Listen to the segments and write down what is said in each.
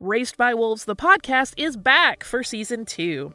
Raced by Wolves, the podcast, is back for season two.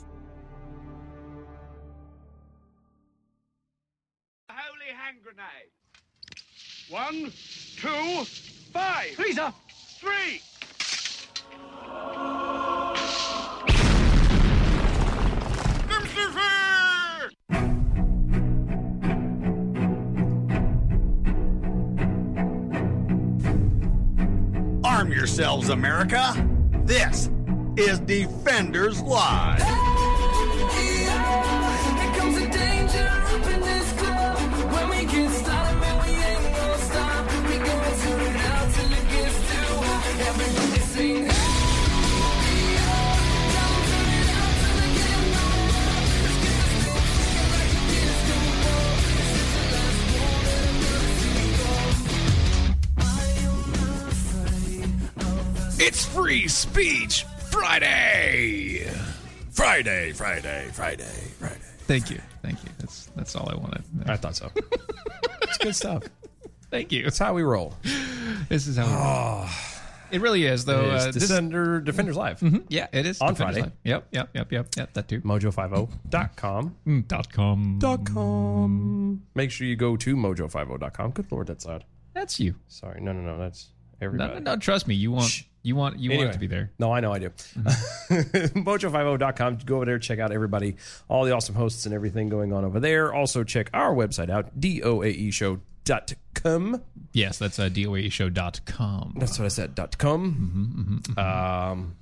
One, two, five. Lisa. Three. Arm yourselves, America. This is Defenders Live. It's Free Speech Friday. Friday, Friday, Friday, Friday. Thank you. Thank you. That's that's all I wanted. I thought so. it's good stuff. Thank you. That's how we roll. This is how we roll. it really is though. Ah. It is uh, this- Mm-hmm. Defender, Defenders Live. yeah, it is On Defenders Friday. Live. Yep, yep, yep, yep, yep. That too. Mojo50.com. Mm, dot com. Dot Mm-hmm. com. Make sure you go to mojo50.com. Good lord, that's loud. That's you. Sorry. No, no, no. That's No, everybody. no, no, trust me. You want you want you want it to be there. Mm-hmm. No, I know I do. Mojo50.com. Go over there, check out everybody, all the awesome hosts and everything going on over there. Also, check our website out, E doaeshow.com. Yes, that's uh, doaeshow.com. That's what I said, dot com. Um,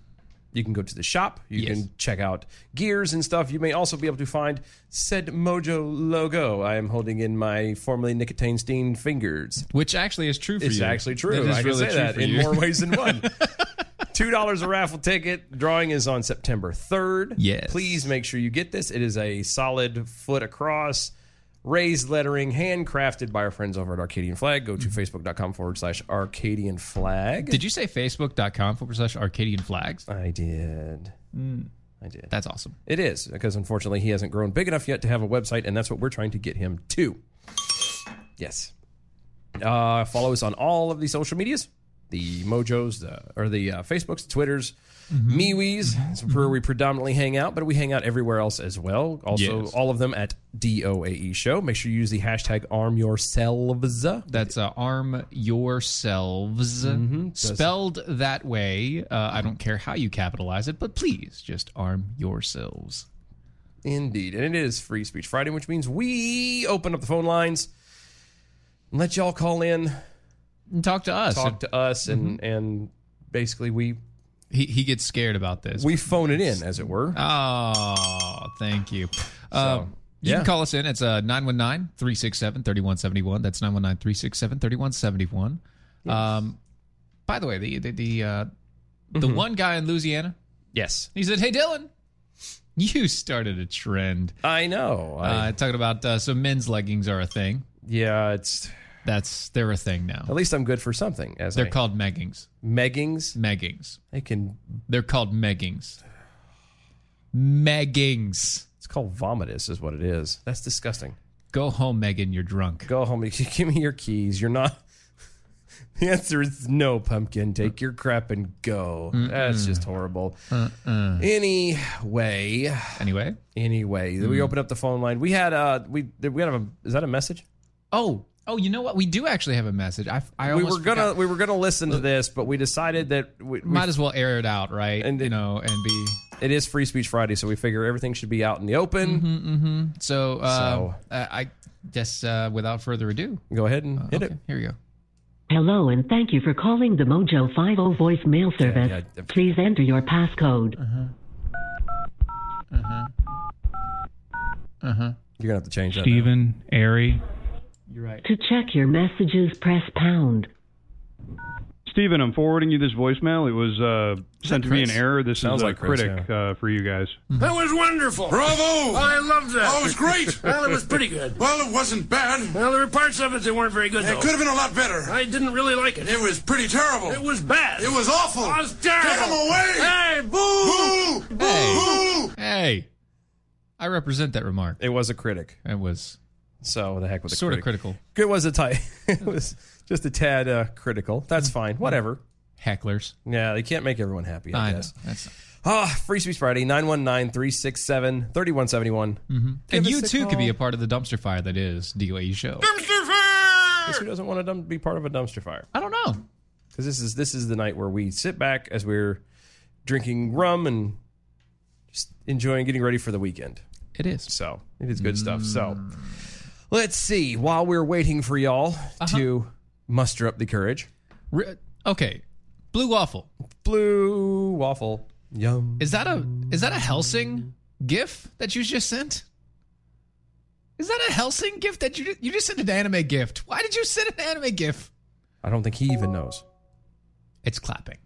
you can go to the shop. You Mm-hmm, Yes. can check out gears and stuff. You may also be able to find said Mojo logo. I am holding in my formerly nicotine stained fingers. Which actually is true for It's you. actually It true. is I really can say true that for in you. more ways than one. Two dollars a raffle ticket. Drawing is on September third. Yes. Please make sure you get this. It is a solid foot across, raised lettering, handcrafted by our friends over at Arcadian Flag. Go to facebook.com forward slash Arcadian Flag. Mm-hmm. Did you say facebook.com forward slash Arcadian flags? I did. I did. That's awesome. it is because unfortunately he hasn't grown big enough yet to have a website, and that's what we're trying to get him to. Yes. Uh, follow us on all of the social medias, the Mojos, the or the uh, Facebooks, Twitters, MeWe's. It's where we predominantly hang out, but we hang out everywhere else as well. Also, Yes. all of them at DOAE E Show. Make sure you use the hashtag Arm Yourselves. That's uh, arm yourselves. Mm-hmm. Spelled that way. Uh, I don't care how you capitalize it, but please just arm yourselves. Indeed. And it is Free Speech Friday, which means we open up the phone lines and let y'all call in, And talk to us. talk to us, and and basically we he, he gets scared about this. we phone it in, as it were. oh, thank you. Um, you yeah. can call us in. It's uh, 919 367 3171. That's 919 367 3171. Um, By the way, the, the, the, uh, the Mm-hmm. one guy in Louisiana, yes. he said, Hey, Dylan, you started a trend. I know. I, Uh, talking about uh, so men's leggings are a thing. yeah, it's That's they're a thing now. at least I'm good for something. As They're I- called meggings. meggings. Meggings. They can They're called meggings. Meggings. It's called vomitus, is what it is. That's disgusting. Go home, Megan. You're drunk. Go home. Give me your keys. You're not. The answer is no, pumpkin. Take your crap and go. That's just horrible. Anyway, Anyway. anyway, we open up the phone line. We had uh, we did we had a is that a message? Oh, oh, you know what? We do actually have a message. I, I We almost were gonna forgot. we were gonna listen to this, but we decided that we, we- might as well air it out, right? And And you it- know, and be it is Free Speech Friday, so we figure everything should be out in the open. so. Uh, So- Mm-hmm. uh, I guess uh, without further ado, Go ahead and hit uh, okay, it. here we go. Hello and thank you for calling the Mojo 50 voicemail service. yeah, yeah. Please enter your passcode. Uh-huh. You're gonna have to change that. now. Stephen, Airy. To check your messages, press pound. Steven, I'm forwarding you this voicemail. It was uh, sent to me in Chris? error. This Sounds is a like Chris, critic uh, for you guys. That was wonderful. Bravo! I loved that. Oh, it was great. well, it was pretty good. Well, it wasn't bad. Well, there were parts of it that weren't very good. It could have been a lot better. I didn't really like it. It was pretty terrible. It was bad. It was awful. It was terrible. Get him away! Hey, boo! Boo! Hey. Hey, I represent that remark. It was a critic, It was so the heck with the sort of critic. critical. It was a tight. it was just a tad uh, critical. That's fine. Whatever. Hecklers. Yeah, they can't make everyone happy. Mm-hmm. I, I know. guess. That's Ah, Free Speech Friday 919-367-3171. Mm-hmm. and us you a too call. could be a part of the dumpster fire that is DOAE show. Guess Who doesn't want to dump, be part of a dumpster fire? I don't know. Because this is this is the night where we sit back as we're drinking rum and just enjoying getting ready for the weekend. It is. So it is good stuff. So Mm. let's see. While we're waiting for y'all Uh-huh. to muster up the courage, Re- okay, blue waffle. blue waffle, yum. Is that a is that a Helsing gif that you just sent? Is that a Helsing gift that you ju- you just sent an anime gift? Why did you send an anime gif? I don't think he even knows. It's clapping.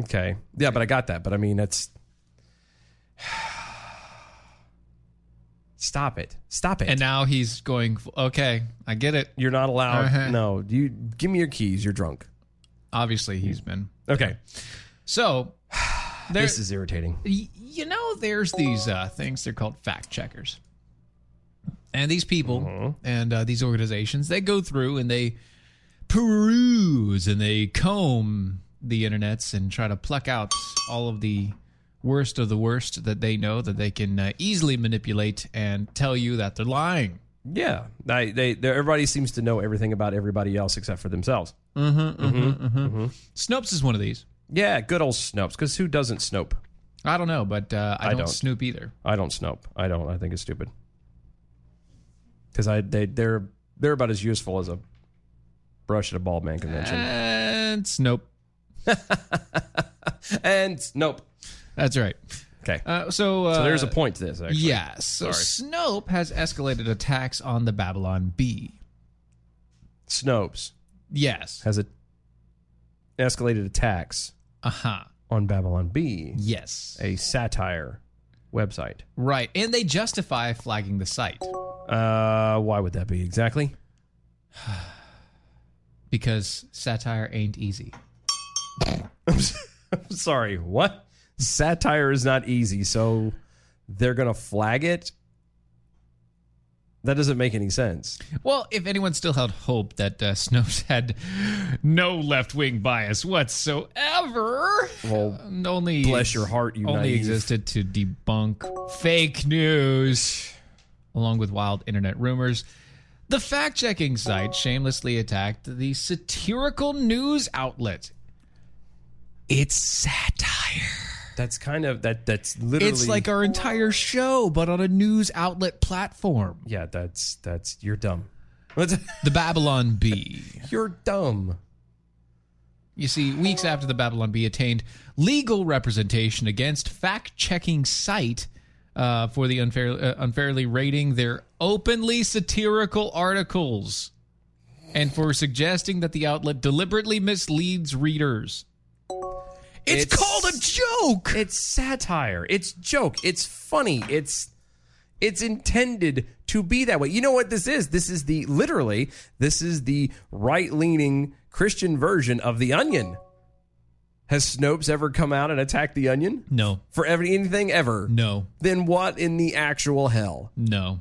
Okay. Yeah, but I got that. But I mean, that's. Stop it. Stop it. And now he's going. Okay, I get it. you're not allowed. Uh-huh. No, you give me your keys. You're drunk. Obviously, he's been Okay. so. There, This is irritating. y- you know, there's these uh, things. They're called fact checkers. And these people Uh-huh. and uh, these organizations, they go through and they peruse and they comb the internets and try to pluck out all of the worst of the worst that they know that they can uh, easily manipulate and tell you that they're lying. Yeah, they, they, they, everybody seems to know everything about everybody else except for themselves. Snopes is one of these. Yeah, good old Snopes. Because who doesn't Snope? I don't know, but uh, I, I don't don't. snoop either. I don't Snope. I don't. I think it's stupid. Because I they they're they're about as useful as a brush at a bald man convention. Uh. And snope. and Snope. That's right. Okay, Uh, so, uh, so there's a point to this. Actually. Yeah. So Snope has escalated attacks on the Babylon Bee. Snopes Yes. has a escalated attacks Uh huh. on Babylon B, Yes. a satire website. Right. And they justify flagging the site Uh, why would that be exactly? because satire ain't easy. I'm sorry, what? Satire is not easy, so they're gonna flag it. That doesn't make any sense. Well, if anyone still held hope that uh, Snopes had no left wing bias whatsoever, Well, um, only bless your heart, you only naive. existed to debunk fake news along with wild internet rumors. The fact checking site shamelessly attacked the satirical news outlet. It's satire. That's kind of that. That's literally. It's like our entire show, but on a news outlet platform. yeah, that's that's you're dumb. That's- The Babylon Bee. you're dumb. You see, weeks after the Babylon Bee attained legal representation against fact-checking site uh, for the unfair, uh, unfairly rating their openly satirical articles, and for suggesting that the outlet deliberately misleads readers. It's, It's- called a joke. It's satire. It's joke. It's funny. It's it's intended to be that way. You know what this is? This is the literally this is the right-leaning Christian version of The Onion. Has Snopes ever come out and attacked the Onion No, for ever, anything ever? no, Then what in the actual hell? no.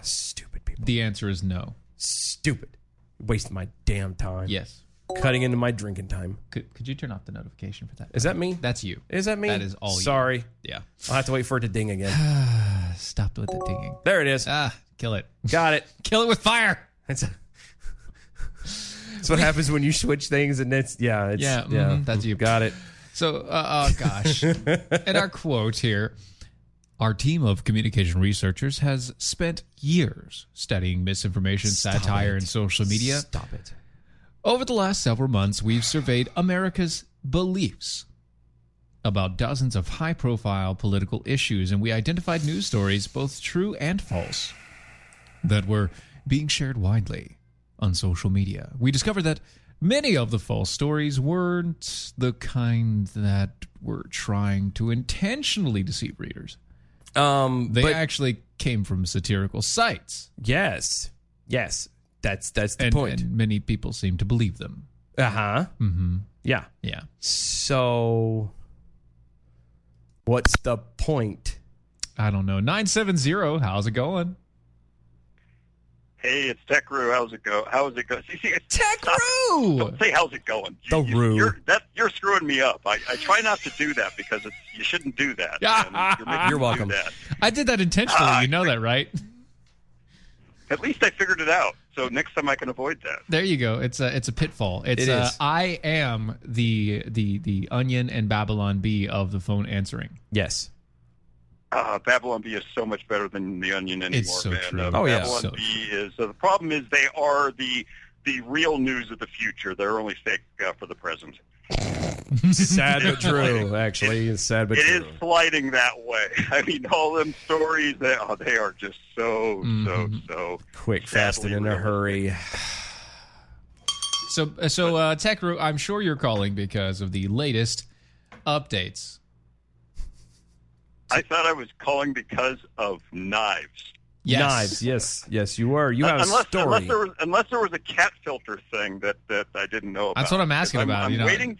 Stupid people. The answer is no. Stupid. Wasting my damn time. Yes. Cutting into my drinking time. Could, could you turn off the notification for that? Is that me? That's you. Is that me? That is all you. Sorry. Yeah. I'll have to wait for it to ding again. Stopped with the dinging. There it is. Ah, kill it. Got it. Kill it with fire. That's, that's what happens when you switch things, and it's yeah, it's, Yeah, mhm, that's you. Got it. So, uh, oh gosh. and our quote here Our team of communication researchers has spent years studying misinformation, satire, and social media. Stop it. Over the last several months, we've surveyed America's beliefs about dozens of high profile political issues, and we identified news stories, both true and false, that were being shared widely on social media. We discovered that many of the false stories weren't the kind that were trying to intentionally deceive readers. Um, They but actually came from satirical sites, yes, yes, that's that's the and, point. and many people seem to believe them. Uh huh. Mm-hmm. Yeah. Yeah. So, what's the point? I don't know. 970, how's it going? Hey, it's Tech Roo. How's it go? How's it go? See, see, Tech Roo. don't say how's it going. The Roo. You're, that, you're screwing me up. I, I try not to do that because it's, you shouldn't do that. and you're making You're me do welcome. that. I did that intentionally. Ah. you know that, right? At least I figured it out. So next time I can avoid that. There you go. It's a it's a pitfall. It's It uh, is. I am the the the onion and Babylon B of the phone answering. Yes. Uh, Babylon B is so much better than the Onion anymore, It's so man. true. Uh, Oh, yeah. Babylon So B is uh, the problem is they are the the real news of the future. They're only fake uh, for the present. sad but true. Actually, it's sad but It is true. sliding that way. I mean, all them stories they, oh, they are just so Mm-hmm. Mhm. so so. Quick, fast, and sadly in a realistic. hurry. So so uh, Tech Root, I'm sure you're calling because of the latest updates. I thought I was calling because of knives. Yes. Knives. Yes. Yes, you were. You have Uh, unless, a story. unless there was unless there was a cat filter thing that, that I didn't know about. That's what I'm asking Because about, I'm you know. waiting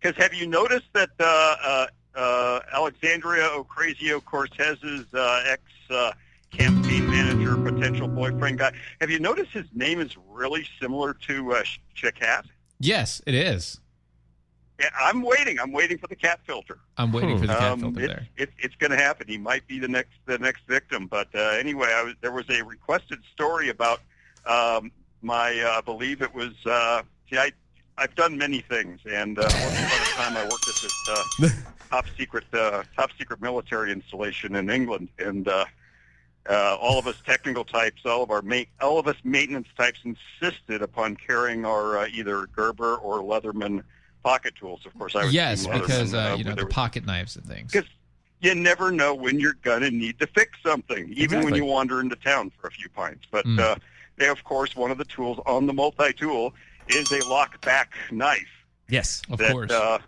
because have you noticed that uh, uh, uh, Alexandria Ocasio Cortez's uh, ex uh, campaign manager, potential boyfriend guy? Have you noticed his name is really similar to uh, Sh- Shakat? Yes, it is. Yeah, I'm waiting. I'm waiting for the cat filter. I'm waiting for the cat Um, filter it's- there. it's- it's going to happen. He might be the next the next victim. But uh, anyway, I was, there was a requested story about um, my. Uh, I believe it was. Uh, see, I I've done many things, and uh, once upon a time I worked at this uh, top secret uh, top secret military installation in England, and. Uh, uh, all of us technical types, all of our ma- all of us maintenance types insisted upon carrying our uh, either Gerber or Leatherman pocket tools. Of course, I was Yes, Team Leatherman, because uh, you know where the there was- pocket knives and things. because you never know when you're going to need to fix something, even when Exactly. you wander into town for a few pints. But Mm. uh, they, of course, one of the tools on the multi-tool is a lockback knife. yes. Of that, course. Uh,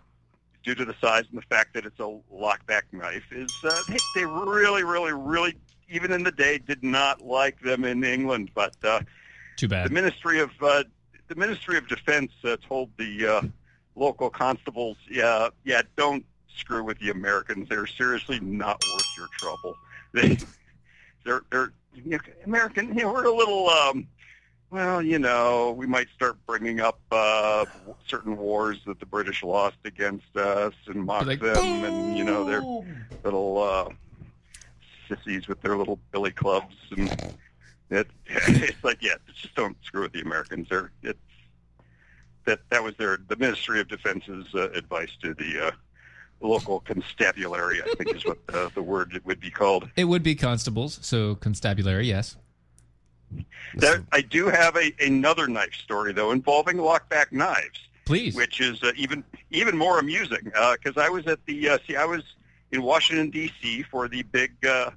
due to the size and the fact that it's a lockback knife, is uh, they, they really, really, really, even in the day, did not like them in England. But uh, Too the bad. Ministry of uh, the Ministry of Defense uh, told the uh, local constables, "Yeah, yeah, don't screw with the Americans. They're seriously not worth your trouble. They, they're, they're you know, American. You know, we're a little, um, well, you know, we might start bringing up uh, certain wars that the British lost against us and mock like, them, and you know, they're little uh, sissies with their little billy clubs, and it, it's like, yeah, just don't screw with the Americans. They're it's that that was their the Ministry of Defense's uh, advice to the uh, local constabulary, I think is what the, the word would be called. It would be constables, so constabulary, yes. There, I do have a, another knife story though involving lockback knives. Please. which is uh, even even more amusing because I was at the uh, see I was in Washington D.C. for the big uh,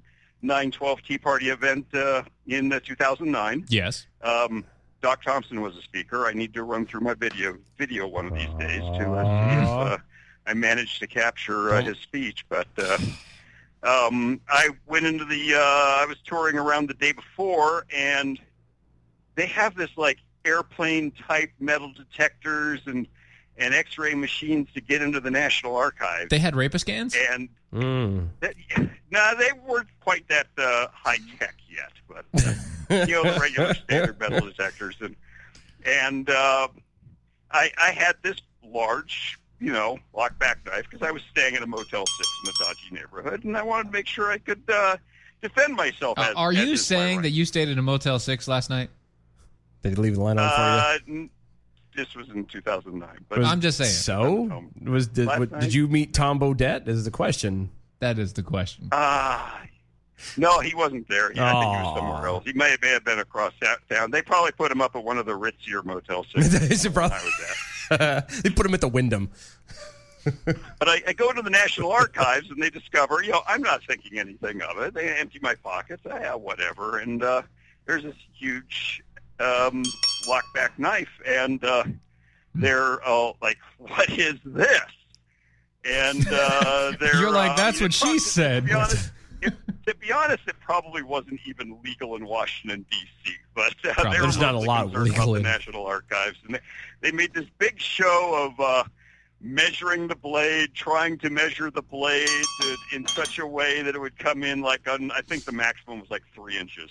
912 Tea Party event uh, in uh, 2009. Yes. Um, Doc Thompson was a speaker. I need to run through my video video one of these days to uh, see if uh, I managed to capture uh, his speech. But uh, um, I went into the uh, I was touring around the day before, and they have this like airplane type metal detectors and and X-ray machines to get into the National Archives. They had rapist scans? and Mm. that, no, they weren't quite that uh, high tech yet, but uh, you know, the regular standard metal detectors, and and uh, I, I had this large, you know, lockback knife because I was staying at a Motel Six in a dodgy neighborhood, and I wanted to make sure I could uh, defend myself. Uh, as, are as you is my saying right. that you stayed in a Motel 6 last night? Did he leave the line on for you? Uh, n- this was in 2009, but Was- I'm just saying. So was did, Last what- night? did you meet Tom Bodette? Is the question. That is the question. Ah, no, he wasn't there. He, I think he Aw. was somewhere else. He may have, may have been across that town. They probably put him up at one of the ritzier motel six. It's a problem. I was at. they put him at the Wyndham. But I, I go to the National Archives and they discover, you know, I'm not thinking anything of it. They empty my pockets, ah, yeah, whatever. And uh, there's this huge um, lockback knife, and uh, they're all like, "What is this?" And uh, they're You're like, uh, "That's you what she know, said." To be honest, it, to be honest, it probably wasn't even legal in Washington D.C. But uh, Probably. they were There's not a mostly lot concerned about legal the in- National Archives, and they, they made this big show of. Uh, measuring the blade, trying to measure the blade to, in such a way that it would come in like on, I think the maximum was like three inches.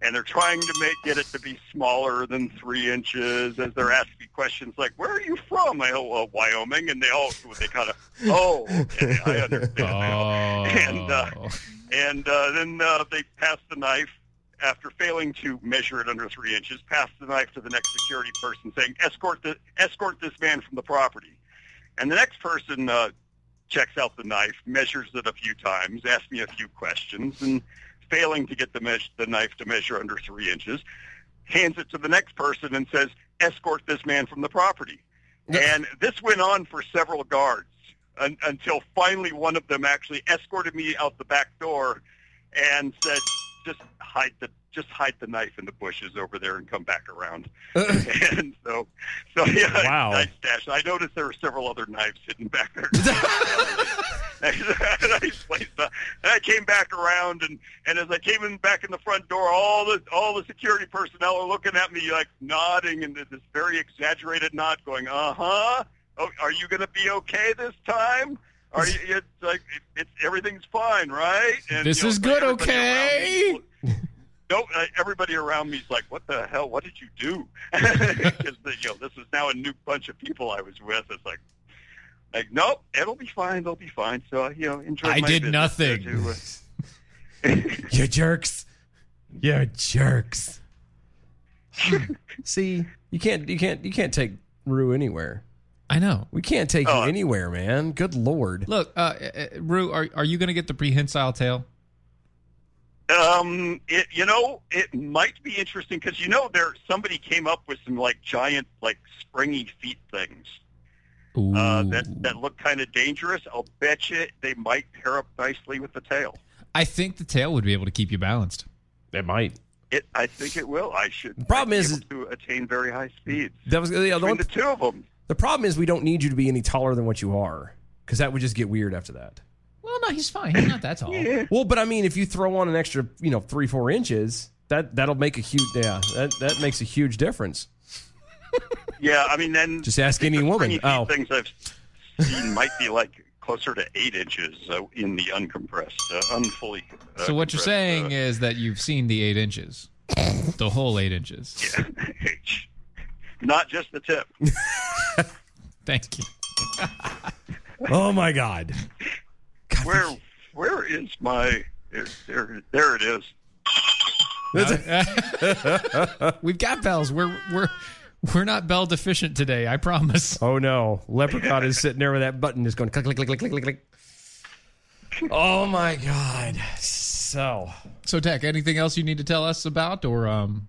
And they're trying to make get it to be smaller than three inches as they're asking questions like, "Where are you from?" I go, "Well, Wyoming," and they all they kind of, "Oh, okay, I understand." Oh. now." And, uh, and uh, then uh, they pass the knife after failing to measure it under three inches. Pass the knife to the next security person, saying, "Escort the escort this man from the property." And the next person uh, checks out the knife, measures it a few times, asks me a few questions, and failing to get the, meas the knife to measure under three inches, hands it to the next person and says, "Escort this man from the property." And this went on for several guards un- until finally one of them actually escorted me out the back door and said, "Just hide the just hide the knife in the bushes over there and come back around." and so, so yeah, I- Wow. I, stashed. I noticed there were several other knives hidden back there. And I placed the- and I came back around, and, and as I came in back in the front door, all the all the security personnel are looking at me like nodding and this very exaggerated nod, going, "Uh huh. Oh, are you going to be okay this time? Are you? It's like it, it's everything's fine, right? And, This you know, is it's good, everybody okay? around me's look- No, uh, everybody around me's like, "What the hell? What did you do?" Because you know, this is now a new bunch of people I was with. It's like, like, nope, it'll be fine. They'll be fine. So you know, enjoy. I my did business nothing. there, too. Uh, You jerks. You jerks. See, you can't you can't you can't take Rue anywhere. I know. We can't take Oh. you anywhere, man. Good lord. Look, uh, uh, uh, Rue, are, are you going to get the prehensile tail? Um, it, you know, it might be interesting because you know there somebody came up with some like giant like springy feet things Ooh. uh, that that look kind of dangerous. I'll bet you they might pair up nicely with the tail. I think the tail would be able to keep you balanced. It might. It, I think it will. I should. The problem is- to attain very high speeds. That was yeah, the, Between one, the two of them, the problem is we don't need you to be any taller than what you are because that would just get weird after that. Well, no, he's fine. He's not that tall. Well, but I mean, if you throw on an extra, you know, three four inches, that that'll make a huge yeah that that makes a huge difference. yeah. I mean, then Just ask any the woman. springy feet Oh, things I've seen might be like closer to eight inches uh, in the uncompressed, uh, unfully. Uh, So what you're compressed, saying uh, is that you've seen the eight inches, the whole eight inches. not just the tip. Thank you. oh my God. Where where is my there there, there it is. We've got bells. We're we're we're not bell deficient today. I promise. Oh no, Leprechaun is sitting there with that button just going click click click click click click click. Oh my god. So So, Tech, anything else you need to tell us about, or um,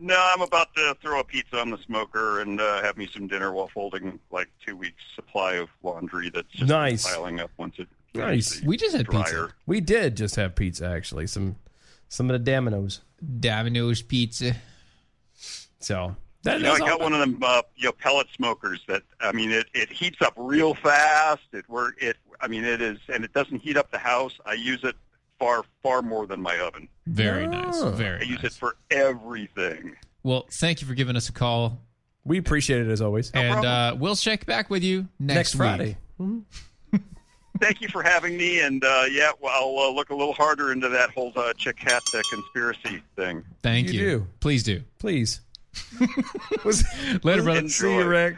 No, I'm about to throw a pizza on the smoker and uh, have me some dinner while folding like two weeks supply of laundry that's just Nice. piling up once it Nice. we just had dryer. pizza. we did just have pizza actually, some some of the Domino's. Domino's pizza. So that, You know, I that's all- got one of them uh, you know, pellet smokers that I mean it, it heats up real fast. It where it I mean it is and it doesn't heat up the house. I use it far far more than my oven. Very nice. Oh. Very I use it nice. for everything. Well, thank you for giving us a call. We appreciate it as always. and uh, we'll check back with you next, Next week. Friday. Thank you for having me, and uh, yeah, well, I'll uh, look a little harder into that whole uh, Chick Hat uh, conspiracy thing. Thank You you. do. Please do. Please. Later, brother. Enjoy. See you, Rick.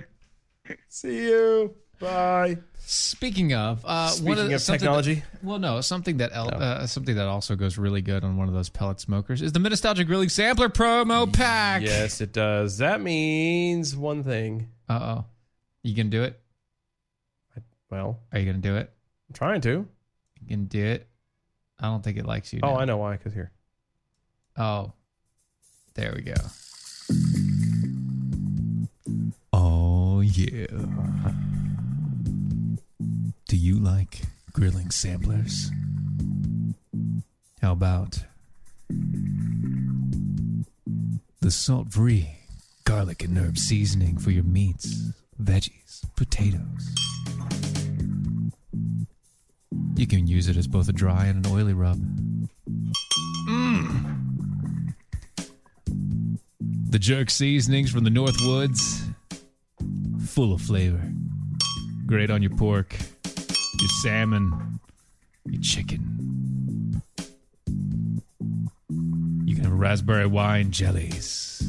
See you. Bye. Speaking of, uh, one Speaking the- of something technology. Oh. that- well, no, something that el- uh, something that also goes really good on one of those pellet smokers is the Nostalgia Grilling Sampler Promo Pack. Yes, it does. That means one thing. Uh oh. You gonna do it? Well, Are you gonna do it? I'm trying to. You gonna do it? I don't think it likes you. Oh, now. I know why. Because here. Oh, there we go. Oh, yeah. Do you like grilling samplers? How about the salt free garlic and herb seasoning for your meats, veggies, potatoes? You can use it as both a dry and an oily rub. The jerk seasonings from the North Woods, full of flavor. Great on your pork, your salmon, your chicken. You can have raspberry wine jellies.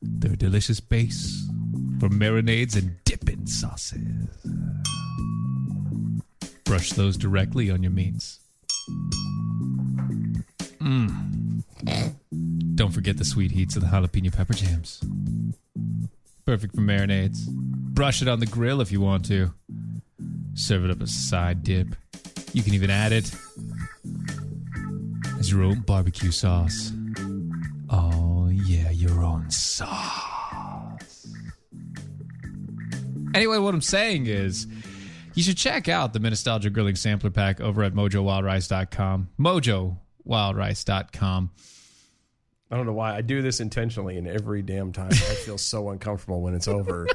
They're a delicious base for marinades and dipping sauces. Brush those directly on your meats. Don't forget the sweet heats of the jalapeno pepper jams. Perfect for marinades. Brush it on the grill if you want to. Serve it up as a side dip. You can even add it as your own barbecue sauce. Oh, yeah, your own sauce. Anyway, what I'm saying is. You should check out the Nostalgia Grilling Sampler Pack over at mojowildrice.com. Mojowildrice.com. I don't know why I do this intentionally, and every damn time I feel so uncomfortable when it's over.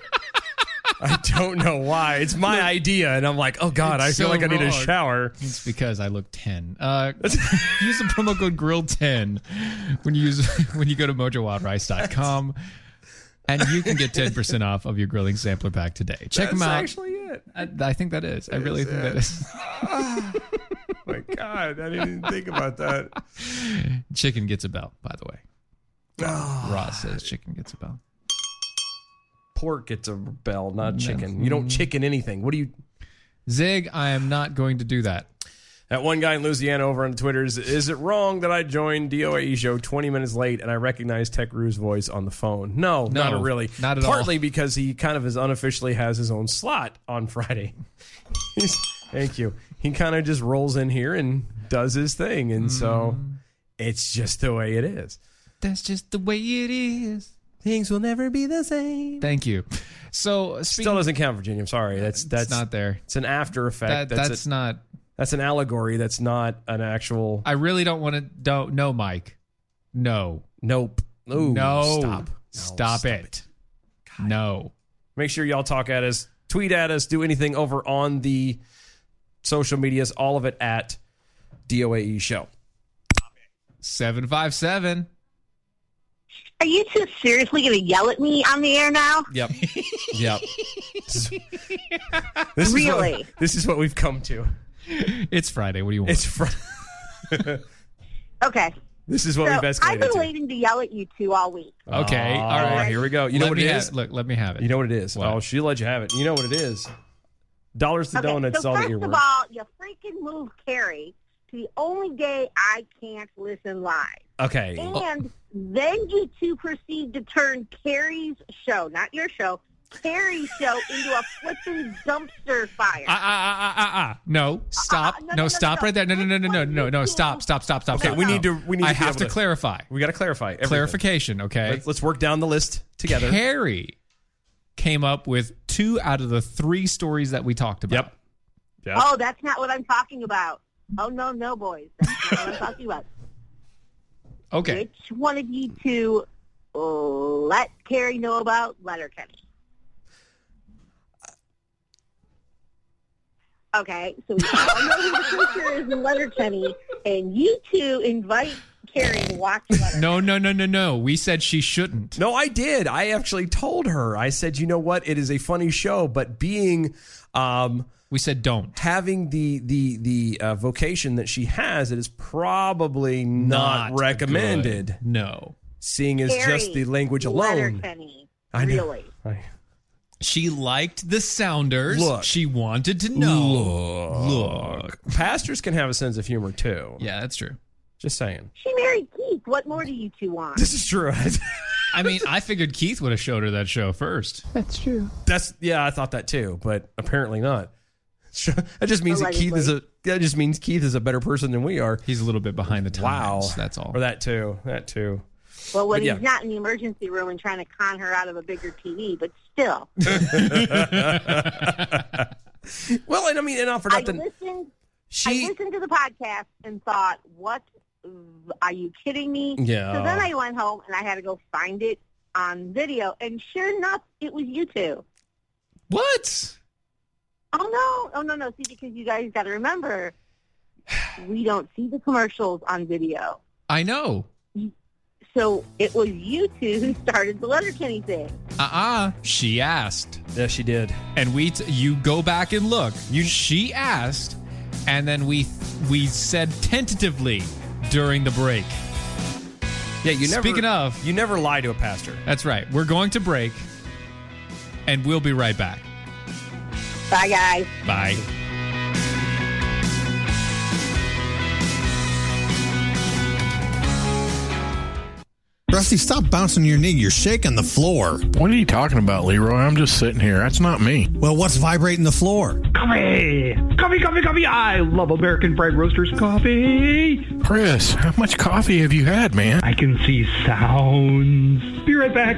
I don't know why. It's my idea, and I'm like, oh god, It's I feel so like I need a wrong. shower. It's because I look ten. Uh, use the promo code Grill ten when you use when you go to mojowildrice.com and you can get ten percent off of your grilling sampler pack today. Check them That's out. actually it. I, I think that is. I really think that is. My God, I didn't even think about that. Chicken gets a bell, by the way. Ah. Ross says chicken gets a bell. Pork gets a bell, not chicken. You don't chicken anything. What do you? Zig, I am not going to do that. That one guy in Louisiana over on Twitter's. Is it wrong that I joined DOAE E show 20 minutes late and I recognized Tech Rue's voice on the phone? No, No, not really. not at all. Partly because he kind of is unofficially has his own slot on Friday. He's, thank you. He kind of just rolls in here and does his thing, and so Mm. it's just the way it is. That's just the way it is. Things will never be the same. Thank you. So speaking, Still doesn't count, Virginia. I'm sorry. That's that's that's not there. It's an after That, effect. that's, that's a- not. that's an allegory. That's not an actual. I really don't want to. Don't no, Mike. No. Nope. No. No. Stop. No, Stop it. No. Make sure y'all talk at us, tweet at us, do anything over on the social medias, all of it at DOAE E Show. 757. Are you two seriously going to yell at me on the air now? Yep. yep. This is, this Is Really? what, this is what we've come to. It's Friday. What do you want? It's fr- Okay. This is what So we've I've escalated been to. waiting to yell at you two all week. okay. Ah, all right. Here we go. You know let what me it ha- is? Look, let me have it. You know what it is. What? Oh, she'll let you have it. You know what it is. Dollars to Okay. donuts, so all first that you're of worth. all, you freaking moved Carrie to the only day I can't listen live. Okay. And then you two proceed to turn Carrie's show, not your show, Carrie's show into a flipping dumpster fire. Ah, ah, ah, ah, ah, ah. No, stop. ah, no, no, no, no, stop no. right there. No, no, no, no, no, no, no. Stop, stop, stop, stop. Okay, stop. we No. need to- we need I to be have to able to- clarify. We got to clarify. everything. Clarification, okay? Let's, let's work down the list together. Harry came up with two out of the three stories that we talked about. Yep. oh, that's not what I'm talking about. Oh, no, no, boys. That's not what I'm talking about. Okay. Which one of you two let Carrie know about Letterkenny? Okay, so we all know who the creature is in Letterkenny, and you two invite Carrie's watch letter. No, no, no, no, no. We said she shouldn't. No, I did. I actually told her. I said, you know what? It is a funny show, but being, um, we said don't having the the the uh, vocation that she has, it is probably not, Not recommended. good. No, seeing as just the language alone. Letterkenny. I know. Really. I- She liked the Sounders. Look. she wanted to know. Look. pastors can have a sense of humor too. Yeah, that's true. Just saying. She married Keith. What more do you two want? This is true. I mean, I figured Keith would have showed her that show first. That's true. That's yeah, I thought that too, but apparently not. That just means that Keith is a that just means Keith is a better person than we are. He's a little bit behind the times. Wow. that's all. Or that too. That too. Well, when But yeah. he's not in the emergency room and trying to con her out of a bigger TV, but still, Well, and I mean, and not for I nothing. listened. I She listened to the podcast and thought, "What? v- Are you kidding me?" Yeah. So then I went home and I had to go find it on video, and sure enough, it was you two. What? Oh no! Oh no! No! See, because you guys got to remember, we don't see the commercials on video, I know. so it was you two who started the Letterkenny thing. Uh uh She asked, Yeah, she did. and we t- you go back and look. You she asked, and then we we said tentatively during the break. Yeah, you never Speaking of- you never lie to a pastor. That's right. We're going to break, and we'll be right back. Bye, guys. Bye. Rusty, stop bouncing your knee. You're shaking the floor. What are you talking about, Leroy? I'm just sitting here. That's not me. Well, what's vibrating the floor? Coffee! Coffee, coffee, coffee! I love American Fried Roasters coffee! Chris, how much coffee have you had, man? I can see sounds. Be right back.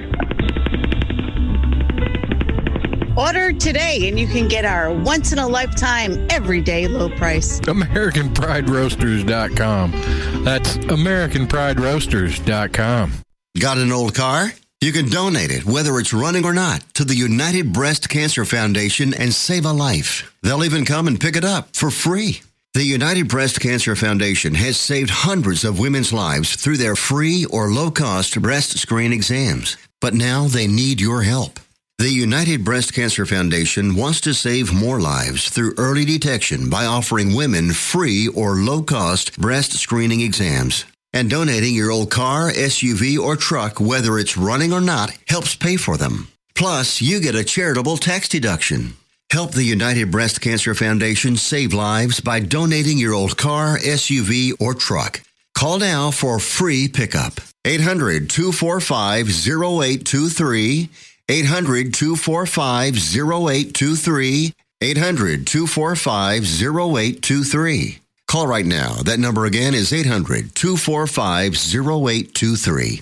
Order today and you can get our once in a lifetime, everyday low price. AmericanPrideRoasters.com. That's AmericanPrideRoasters.com. Got an old car? You can donate it, whether it's running or not, to the United Breast Cancer Foundation and save a life. They'll even come and pick it up for free. The United Breast Cancer Foundation has saved hundreds of women's lives through their free or low cost breast screen exams. But now they need your help. The United Breast Cancer Foundation wants to save more lives through early detection by offering women free or low cost breast screening exams. And donating your old car, SUV, or truck, whether it's running or not, helps pay for them. Plus, you get a charitable tax deduction. Help the United Breast Cancer Foundation save lives by donating your old car, SUV, or truck. Call now for free pickup. 800 245 0823. 800 245 0823. 800 245 0823. Call right now. That number again is 800 245 0823.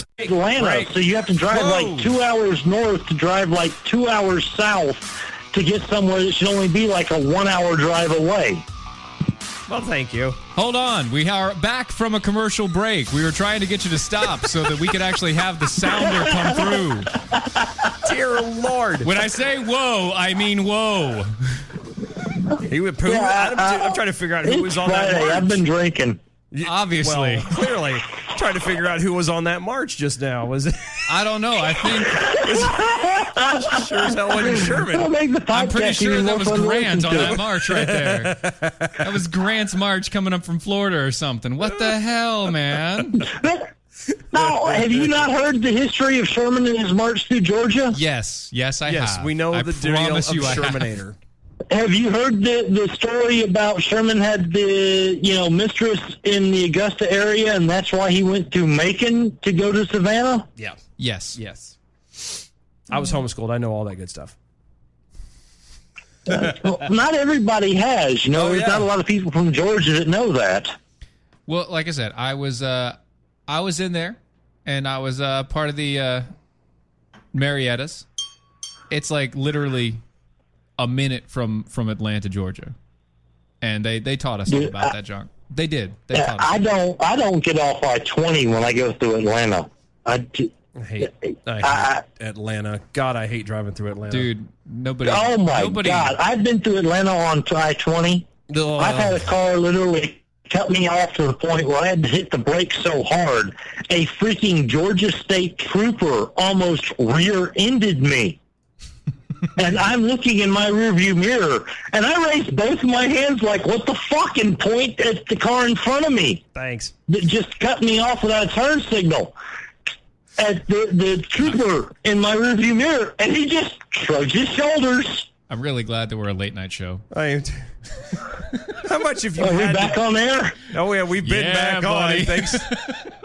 Atlanta, so you have to drive like two hours north to drive like two hours south to get somewhere that should only be like a one hour drive away. Well, thank you. Hold on. We are back from a commercial break. We were trying to get you to stop so that we could actually have the sounder come through. Dear Lord. When I say whoa, I mean whoa. He would poo. I'm, I'm trying to figure out who was on that uh, Friday. march. I've been drinking. Obviously. Well, clearly, trying to figure out who was on that march just now was it I don't know. I think sure as hell wasn't It'll Sherman. make the I'm pretty podcast sure even that more was fun to Grant listen on to. that march right there. That was Grant's march coming up from Florida or something. What the hell, man? Now, have you not heard the history of Sherman and his march through Georgia? Yes, yes, I Yes, have. we know I the deal promise of you I have. Shermanator. Have you heard the, the story about Sherman had the you know mistress in the Augusta area, and that's why he went to Macon to go to Savannah? Yeah. Yes. Yes. I was homeschooled. I know all that good stuff. Uh, Well, not everybody has, you know. Oh, There's yeah. not a lot of people from Georgia that know that. Well, like I said, I was uh, I was in there, and I was uh, part of the uh, Marietta's. It's like literally a minute from from Atlanta, Georgia, and they they taught us all Yeah, about I- that junk. They did. They Yeah, taught us. I don't. I don't get off I twenty when I go through Atlanta. I d- I hate, I hate Atlanta. God, I hate driving through Atlanta. Dude, nobody. oh my god! I've been through Atlanta on I twenty. I've uh, had a car literally cut me off to the point where I had to hit the brakes so hard, a freaking Georgia State trooper almost rear-ended me. and I'm looking in my rearview mirror, and I raised both my hands like, "What the fuck?" and point at the car in front of me. Thanks. That just cut me off without a turn signal. At the the trooper in my rearview mirror, and he just shrugged his shoulders. I'm really glad that we're a late night show. I am. Too. How much have you Are we had? back on air? Oh yeah, we've been Yeah, back buddy. on. Thanks,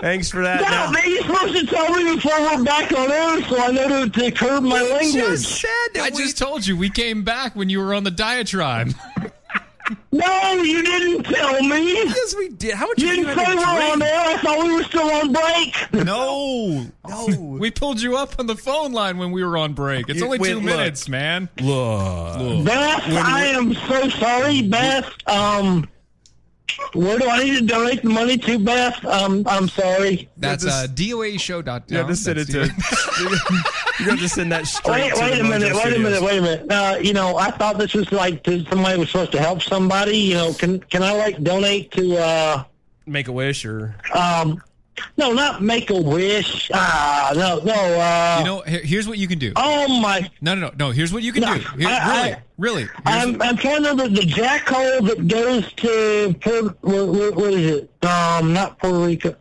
thanks for that. No, Now- man, you're supposed to tell me before we're back on air so I know to, to curb my language. I just told you we came back when you were on the diatribe. no, you didn't tell me. Yes, we did. How much you have you didn't had say to we're drink? on air? I thought we were still on break. No, no. we pulled you up on the phone line when we were on break. It's You- only wait, two look. minutes, man. Look. Oh. Beth, I am so sorry, Mm-hmm. Beth. Um, where do I need to donate the money to, Beth? Um, I'm sorry. That's uh, DOAshow.com. Yeah, just send it That's to- You're going to send that Wait, wait a minute, wait a minute, wait a minute. Uh, you know, I thought this was like to, somebody was supposed to help somebody. You know, can can I like donate to? Uh, Make a wish or Um, no, not Make a Wish. Ah, no, no. Uh, you know, here, here's what you can do. Oh my! No, no, no, no. Here's what you can No, do. Here- I- really, I- really. I'm, I'm trying to remember the jackhole that goes to Puerto, what, what, what is it? Um, not Puerto Rico.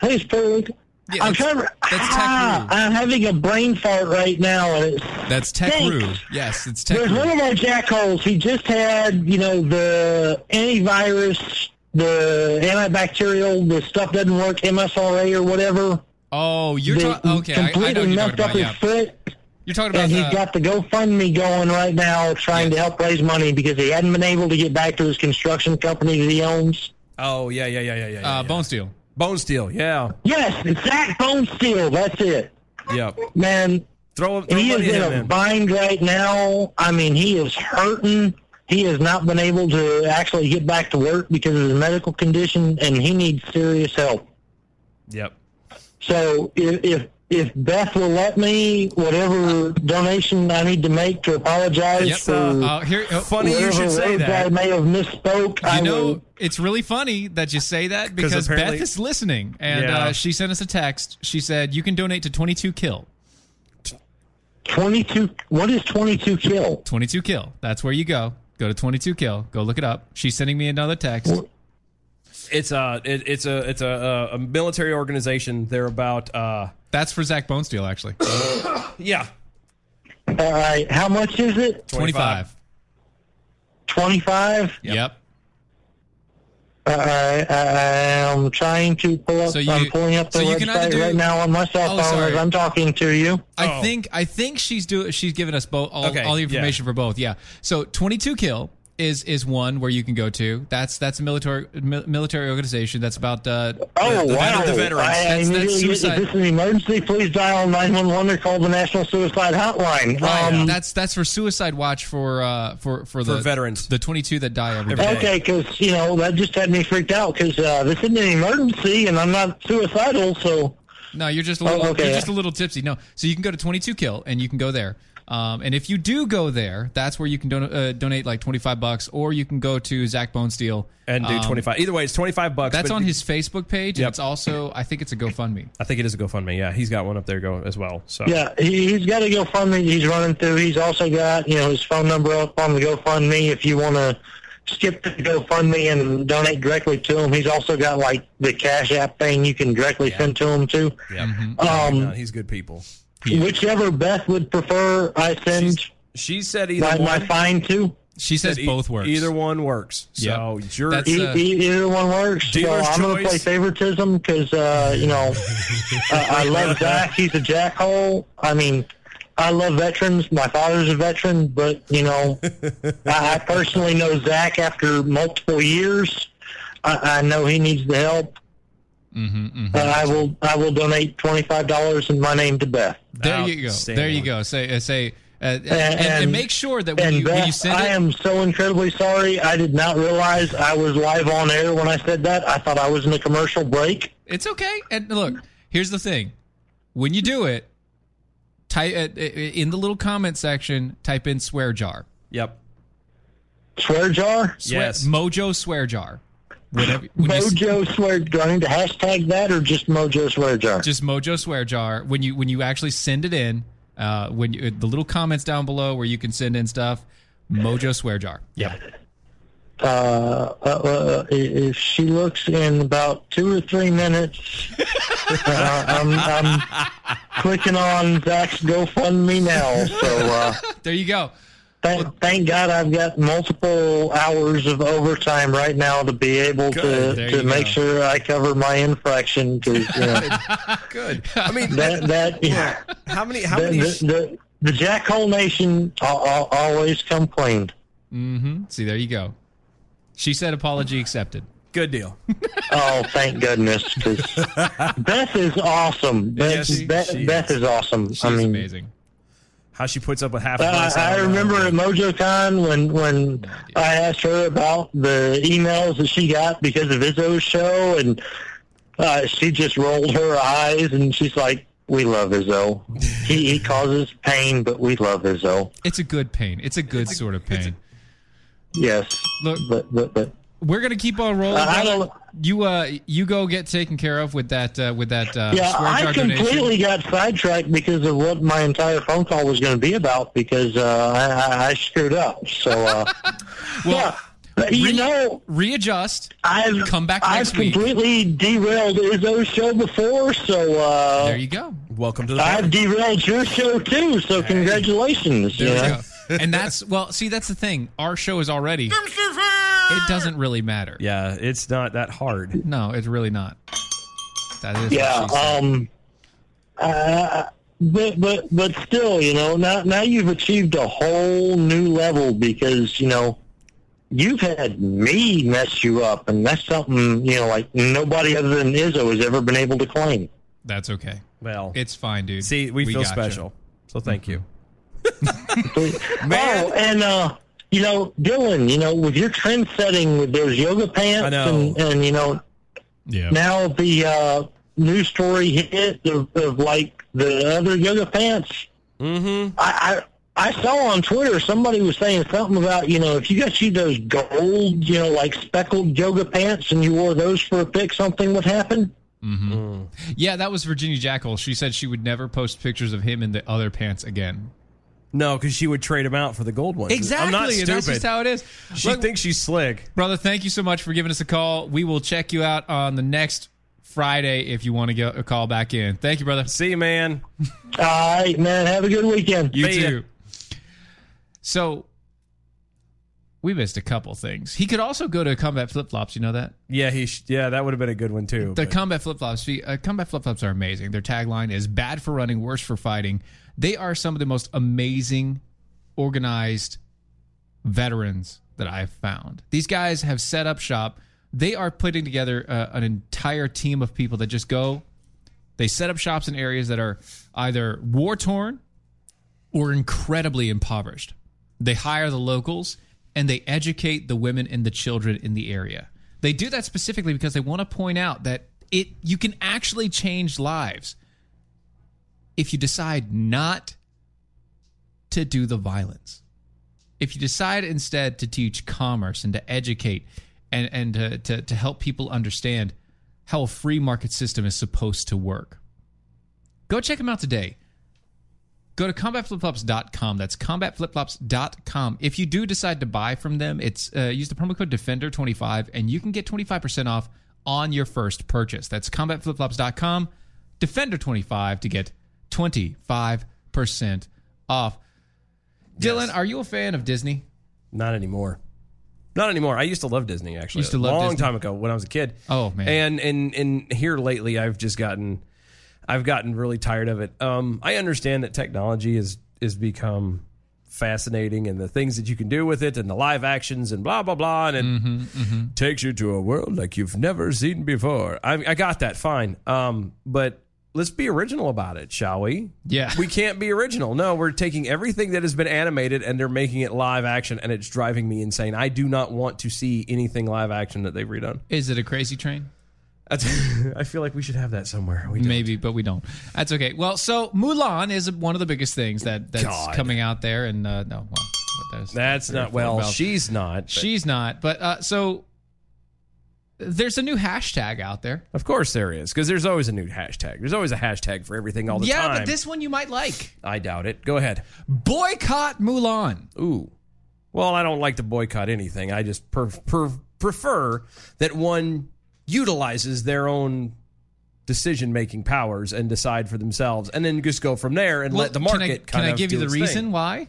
I think it's Puerto Rico. I'm trying. To, ah, I'm having a brain fart right now, and it's That's Tech Thanks. Roo. Yes, it's Tech There's Roo. one of our jackholes. He just had, you know, the antivirus, the antibacterial, the stuff doesn't work, MSRA or whatever. Oh, you're They talking. Okay, I, I know completely what you're talking messed about. up his Yeah. foot. You're talking about And he's the- uh, got the GoFundMe going right now, trying to help raise money because he hadn't been able to get back to his construction company that he owns. Oh yeah, yeah, yeah, yeah, yeah. uh, Bone Steel. Bone Steel. Yeah. Yes, Zach Bone Steel. That's it, Yep. man. Throw, throw he is money in at a him, man. bind right now. I mean, he is hurting. He has not been able to actually get back to work because of his medical condition, and he needs serious help. Yep. So if if, if Beth will let me, whatever donation I need to make to apologize Yep. for Uh, here- oh, funny you should whatever say words that. I may have misspoke. I You know, will- it's really funny that you say that 'Cause because apparently- Beth is listening, and Yeah. uh, she sent us a text. She said you can donate to 22 Kill. 22. What is 22 kill? 22 Kill. That's where you go. Go to 22 Kill. Go look it up. She's sending me another text. It's a it, it's a it's a, a, a military organization. They're about uh That's for Zach Bonesteel, actually. yeah. All right. How much is it? 25. 25? Yep. Uh, I, I, I'm trying to pull up. So you- I'm pulling up the so you can either website do- right now on my Oh, cell phone sorry. as I'm talking to you. I think I think she's do she's given us both all, Oh. Okay, all the information for both. Yeah. So 22 kill is is one where you can go to. That's that's a military mi- military organization that's about uh Oh the, wow! the veterans. I, I that's, that's immediately- if suicide. this is an emergency, please dial 911 or call the National Suicide Hotline. Right. Um, that's that's for suicide watch for uh for for the For veterans. The 22 that die every day. Okay, because you know that just had me freaked out because uh, this isn't an emergency and I'm not suicidal, so No, you're just a Oh, little, okay. you're just a little tipsy. No, so you can go to 22 kill and you can go there. Um, and if you do go there, that's where you can don- uh, donate like 25 bucks, or you can go to Zach Bonesteel And do um, 25. Either way, it's 25 bucks. That's but- on his Facebook page. And Yep. it's also, I think it's a GoFundMe. I think it is a GoFundMe. Yeah, he's got one up there go as well. So yeah, he, he's got a GoFundMe that he's running through. He's also got you know his phone number up on the GoFundMe if you want to skip the GoFundMe and donate directly to him. He's also got like the Cash App thing you can directly send to him too. Mm-hmm. Yeah. Um, No, he's good people. Whichever Beth would prefer, I send She said either my, my one. fine to. She says e- both works. uh, Either one works. So you're E- e- either one works. So Dealer's I'm going to play choice. favoritism because uh, you know uh, I love Zach. He's a jackhole. I mean, I love veterans. My father's a veteran, but you know, I, I personally know Zach after multiple years. I, I know he needs the help. Mm-hmm, And I will I will donate twenty five dollars in my name to Beth. There you go. There you go. Say, uh, say, uh, and, and, make sure that when and you, when you Beth, send I it, am so incredibly sorry. I did not realize I was live on air when I said that. I thought I was in a commercial break. it's okay. And look, here's the thing: when you do it, type uh, uh, in the little comment section, type in swear jar. Yep. Swear jar. Swear, Mojo swear jar. Whatever. Mojo swear. Do I need to hashtag that or just Mojo swear jar? Just Mojo swear jar. When you when you actually send it in, uh, when you, the little comments down below where you can send in stuff, Mojo swear jar. Yeah. Uh, uh, uh, i- if she looks in about two or three minutes, uh, I'm, I'm clicking on Zach's GoFundMe now. So uh, there you go. Thank, thank God I've got multiple hours of overtime right now to be able Good. There to, you to make go. sure I cover my infraction. 'cause, you know, Good. I mean, that that how many how the, many the, the, the Jackhole Nation al- al- always come clean. Mm-hmm. See, there you go. She said apology accepted. Good deal. Oh, thank goodness! 'cause Beth is awesome. Beth, Yes, Beth, she Beth is awesome. I She's mean, amazing. How she puts up with half. of Uh, us, I don't know. remember at MojoCon when when I asked her about the emails that she got because of Izzo's show, and uh, she just rolled her eyes and she's like, "We love Izzo. he, he causes pain, but we love Izzo." It's a good pain. It's a good sort of pain. Yes. Look, but but but We're gonna keep on rolling. Uh, I brother. you uh, you go get taken care of with that uh, with that uh, yeah, swear I jar donation. completely got sidetracked because of what my entire phone call was going to be about because uh, I, I- I screwed up. So, uh, yeah, But, you know, readjust. I've come back. I've next week. completely derailed Izzo's show before, so uh, There you go. Welcome to I've derailed your show too. So congratulations. There you we know? go. And that's well. See, that's the thing. Our show is already. It doesn't really matter. Yeah, it's not that hard. No, it's really not. That is. what yeah. she said. Um. Uh, but but but still, you know, now now you've achieved a whole new level because you know you've had me mess you up, and that's something you know like nobody other than Izzo has ever been able to claim. That's okay. Well, it's fine, dude. See, we, feel gotcha. special. So thank you. Oh, and uh, you know, Dylan, you know, with your trend setting with those yoga pants, know. and, and you know, yeah. now the uh, news story hit of, of like the other yoga pants. Mm-hmm. I, I I saw on Twitter somebody was saying something about you know if you got you those gold you know like speckled yoga pants and you wore those for a pic something would happen. Mm-hmm. Yeah, that was Virginia Jackal. She said she would never post pictures of him in the other pants again. No, because she would trade him out for the gold ones. I'm Exactly, not and stupid. that's just how it is. She thinks she's slick. Brother, thank you so much for giving us a call. We will check you out on the next Friday if you want to get a call back in. Thank you, brother. See you, man. All right, man. Have a good weekend. You too. So we missed a couple things. He could also go to combat flip flops. You know that Yeah, he. Sh- yeah, that would have been a good one too. the but- combat flip flops. Uh, combat flip flops are amazing. Their tagline is "Bad for running, worse for fighting." They are some of the most amazing, organized veterans that I've found. These guys have set up shop. They are putting together uh, an entire team of people that just go. They set up shops in areas that are either war torn or incredibly impoverished. They hire the locals and they educate the women and the children in the area. They do that specifically because they want to point out that it you can actually change lives if you decide not to do the violence. If you decide instead to teach commerce and to educate and, and to, to, to help people understand how a free market system is supposed to work. Go check them out today go to combatflipflops.com that's combatflipflops.com if you do decide to buy from them it's uh, use the promo code defender25 and you can get 25% off on your first purchase that's combatflipflops.com defender25 to get 25% off dylan are you a fan of disney Not anymore. Not anymore. I used to love Disney actually. Used to love a long Disney? time ago when I was a kid. Oh, man. And and and here lately I've just gotten I've gotten really tired of it. Um I understand that technology is is become fascinating and the things that you can do with it and the live actions and blah blah blah and it takes you to a world like you've never seen before. I, I got that fine, um, but let's be original about it, shall we? Yeah. we can't be original. No, we're taking everything that has been animated and they're making it live action, and it's driving me insane. I do not want to see anything live action that they've redone. Is it a crazy train? I feel like we should have that somewhere. We Maybe, but we don't. That's okay. Well, so Mulan is one of the biggest things that that's God. coming out there, and uh, no, well, that's, That's not well. She's not. but- she's not. But uh, so there's a new hashtag out there. Of course there is, because there's always a new hashtag. There's always a hashtag for everything all the yeah, time. but this one you might like. I doubt it. Go ahead. Boycott Mulan. Ooh. Well, I don't like to boycott anything. I just per- per- prefer that one utilizes their own decision making powers and decide for themselves, and then just go from there and Well, let the can I- market. Can I, kind of give do you the its reason thing. why?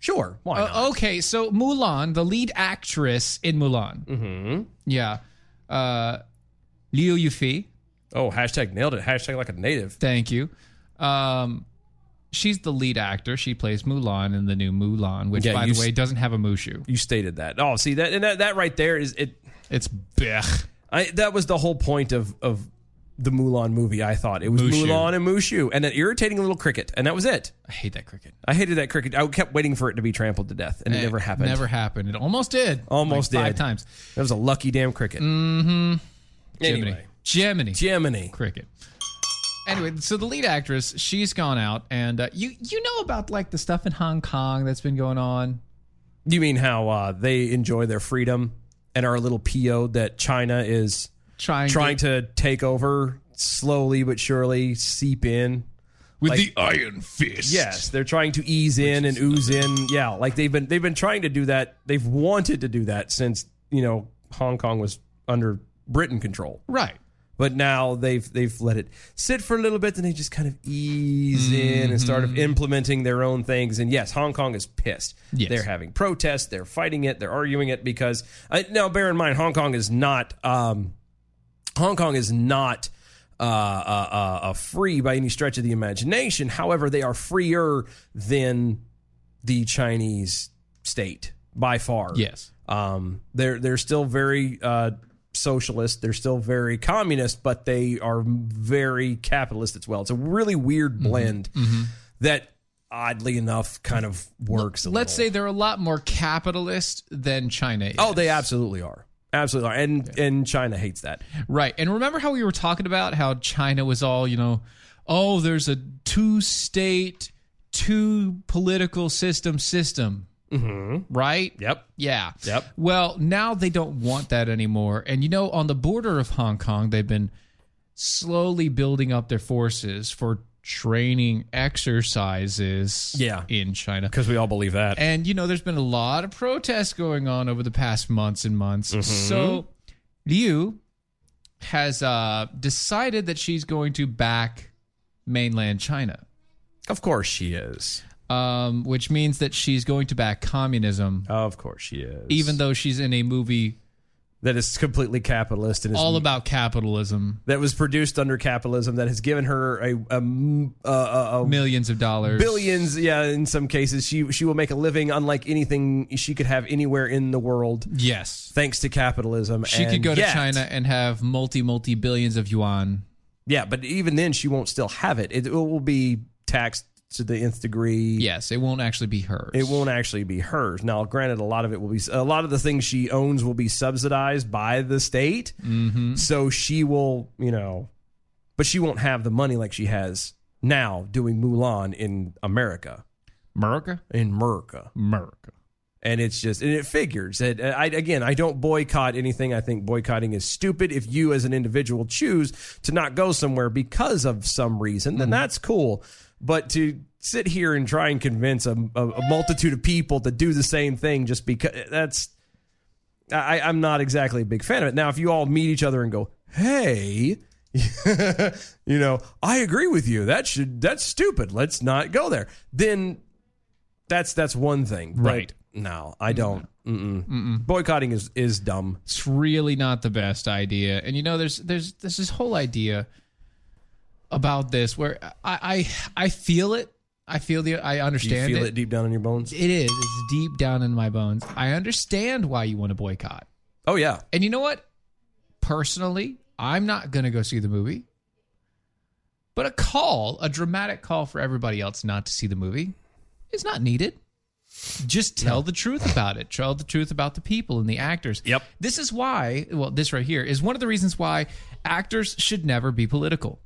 Sure. Why? Uh, okay, so Mulan, the lead actress in Mulan. Mm-hmm. Yeah. Uh, Liu Yufi. Oh, hashtag nailed it. Hashtag like a native. Thank you. Um, she's the lead actor. She plays Mulan in the new Mulan, which, Yeah, by you the way, s- doesn't have a Mushu. You stated that. Oh, see that and that, that right there is it. It's blech. I that was the whole point of of the Mulan movie. I thought it was Mushu. Mulan and Mushu and that irritating little cricket, and that was it. I hate that cricket. I hated that cricket. I kept waiting for it to be trampled to death, and it, Eh, never happened. Never happened. It almost did. Almost Like did five times. That was a lucky damn cricket. Mm-hmm. Anyway. Gemini. Gemini. Cricket. Anyway, so the lead actress, she's gone out, and uh, you you know about like the stuff in Hong Kong that's been going on. You mean how uh, they enjoy their freedom and our little PO that China is trying trying to, take over slowly but surely, seep in With Like- the iron fist. Yes, they're trying to ease in and ooze in. Yeah, like they've been they've been trying to do that. They've wanted to do that since you know Hong Kong was under Britain control. Right. But now they've they've let it sit for a little bit, and they just kind of ease in and Mm-hmm. start of implementing their own things. And yes, Hong Kong is pissed. Yes. They're having protests. They're fighting it. They're arguing it because I, now bear in mind Hong Kong is not um, Hong Kong is not uh, uh, uh, uh, free by any stretch of the imagination. However, they are freer than the Chinese state by far. Yes. um, they're they're still very uh, socialist. They're still very communist, but they are very capitalist as well. It's a really weird blend that, oddly enough, kind of works. A Let's say little. they're a lot more capitalist than China is. Oh, they absolutely are. Absolutely are. And and China hates that. Right. And remember how we were talking about how China was all, you know, oh, there's a two state, two political system system. Mm-hmm. Right? Yep. Yeah. Yep. Well, now they don't want that anymore. And, you know, on the border of Hong Kong, they've been slowly building up their forces for training exercises Yeah. in China. Because we all believe that. And you know, there's been a lot of protests going on over the past months and months. Mm-hmm. So Liu has uh, decided that she's going to back mainland China, Of course she is. um, which means that she's going to back communism, Of course she is. even though she's in a movie that is completely capitalist and is all about capitalism, that was produced under capitalism that has given her a, a, m- a- a- a millions of dollars, Oh. billions yeah in some cases she she will make a living unlike anything she could have anywhere in the world Yes, thanks to capitalism she and could go to yet- China and have multi multi billions of yuan. yeah but even then she won't still have it it, it will be taxed to the nth degree Yes, it won't actually be hers. it won't actually be hers now granted a lot of it will be a lot of the things she owns will be subsidized by the state Mm-hmm. so she will you know but she won't have the money like she has now doing mulan in america America, in Merca. America. And it's just, and it figures that uh, I, again, I don't boycott anything. I think boycotting is stupid. If you as an individual choose to not go somewhere because of some reason, then that's cool. But to sit here and try and convince a, a, a multitude of people to do the same thing just because that's, I, I'm not exactly a big fan of it. Now, if you all meet each other and go, hey, you know, I agree with you. That should, that's stupid. Let's not go there. Then that's that's one thing. But Right. No, I don't. Mm-mm. Boycotting is is dumb. it's really not the best idea. And you know, there's there's there's this whole idea about this where I I, I feel it. I feel the. I Do you understand. feel it. it. deep down in your bones? It is. It's deep down in my bones. I understand why you want to boycott. Oh yeah. And you know what? Personally, I'm not going to go see the movie. But a call, a dramatic call for everybody else not to see the movie, is not needed. Just tell the truth about it. Tell the truth about the people and the actors. Yep. This is why, well, this right here is one of the reasons why actors should never be political.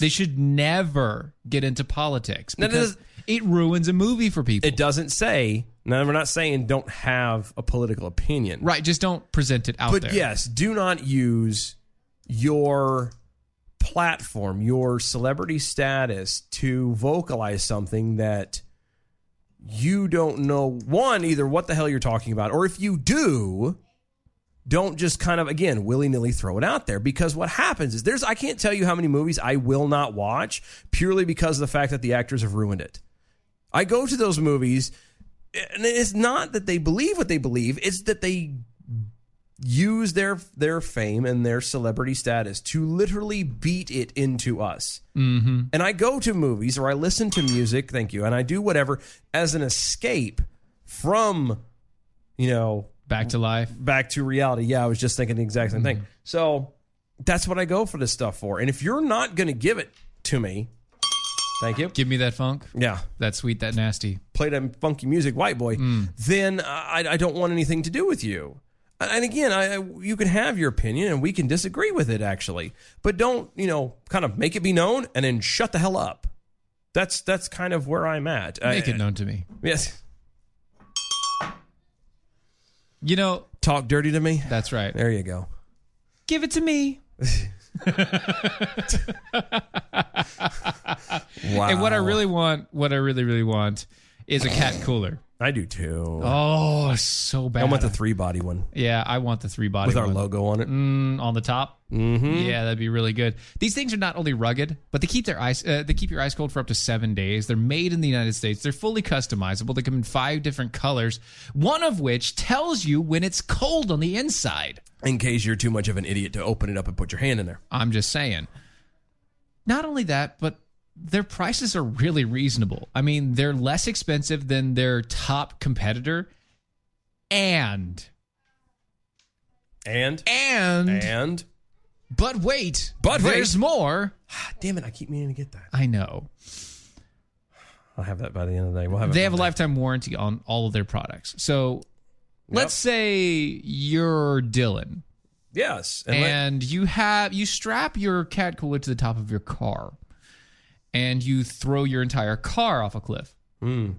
They should never get into politics No, no, because it ruins a movie for people. It doesn't say. No, we're not saying don't have a political opinion. Right, just don't present it out but there. yes, do not use your platform, your celebrity status to vocalize something that you don't know one either what the hell you're talking about or if you do don't just kind of again willy-nilly throw it out there because what happens is there's I can't tell you how many movies I will not watch purely because of the fact that the actors have ruined it. I go to those movies and it's not that they believe what they believe, it's that they use their their fame and their celebrity status to literally beat it into us. Mm-hmm. And I go to movies or I listen to music, thank you, and I do whatever as an escape from, you know, back to life, back to reality. Yeah, I was just thinking the exact same Mm-hmm. thing. So that's what I go for this stuff for. And if you're not going to give it to me, thank you. Give me that funk. Yeah. That sweet, that nasty. Play that funky music, white boy. Mm. Then I, I don't want anything to do with you. And again, I, I- you can have your opinion and we can disagree with it, actually. But don't, you know, kind of make it be known and then shut the hell up. That's that's kind of where I'm at. Make I- it known to me. Yes. You know, talk dirty to me. That's right. There you go. Give it to me. Wow. And what I really want, what I really, really want is a cat cooler. I do too. Oh, so bad. I want the three body one. Yeah, I want the three body With our one. logo on it. mm, on the top. Mhm. Yeah, that'd be really good. These things are not only rugged, but they keep their ice. Uh, they keep your ice cold for up to seven days. They're made in the United States. They're fully customizable. They come in five different colors, one of which tells you when it's cold on the inside. In case you're too much of an idiot to open it up and put your hand in there. I'm just saying. Not only that, but their prices are really reasonable. I mean, they're less expensive than their top competitor, and And and and. But wait, But wait. there's more. Damn it! I keep meaning to get that. I know. I'll have that by the end of the day. We'll have it. they have a lifetime warranty on all of their products. So let's say you're Dylan yes. and, let- you have you strap your cat cooler to the top of your car and you throw your entire car off a cliff. Because Hmm.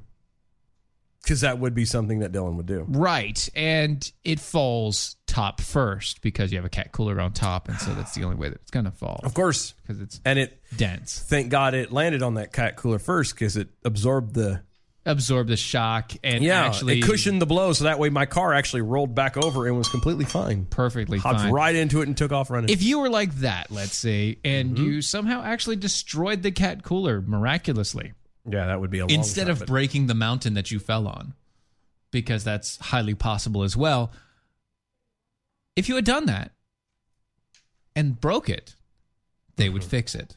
that would be something that Dylan would do. Right. And it falls top first because you have a cat cooler on top and so that's the only way that it's going to fall. Of course. Because it's And it dense. Thank God it landed on that cat cooler first because it absorbed the Absorb the shock and yeah actually it cushioned the blow so that way my car actually rolled back over and was completely fine. perfectly Hopped fine. right into it and took off running. If you were like that, let's say, Mm-hmm. and you somehow actually destroyed the cat cooler miraculously yeah, that would be a long instead shot, of but- breaking the mountain that you fell on, because that's highly possible as well. If you had done that and broke it, they Mm-hmm. would fix it.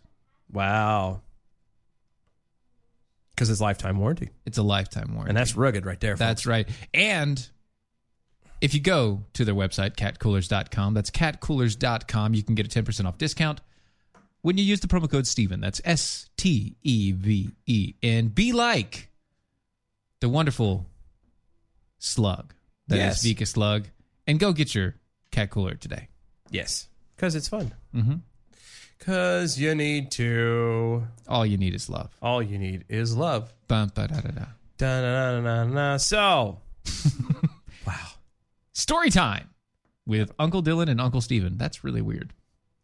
wow. Because it's lifetime warranty, It's a lifetime warranty. and that's rugged right there. That's right. And if you go to their website, catcoolers.com, that's catcoolers.com, you can get a 10% off discount when you use the promo code Steven. That's S T E V E N. Be like the wonderful slug. That is Yes. Vika Slug. And go get your cat cooler today. Yes, because it's fun. Mm-hmm. Because you need to. All you need is love. All you need is love. Bum, ba, da, da, da. Da, na, na, na, na, na. So, Story time with Uncle Dylan and Uncle Steven. That's really weird.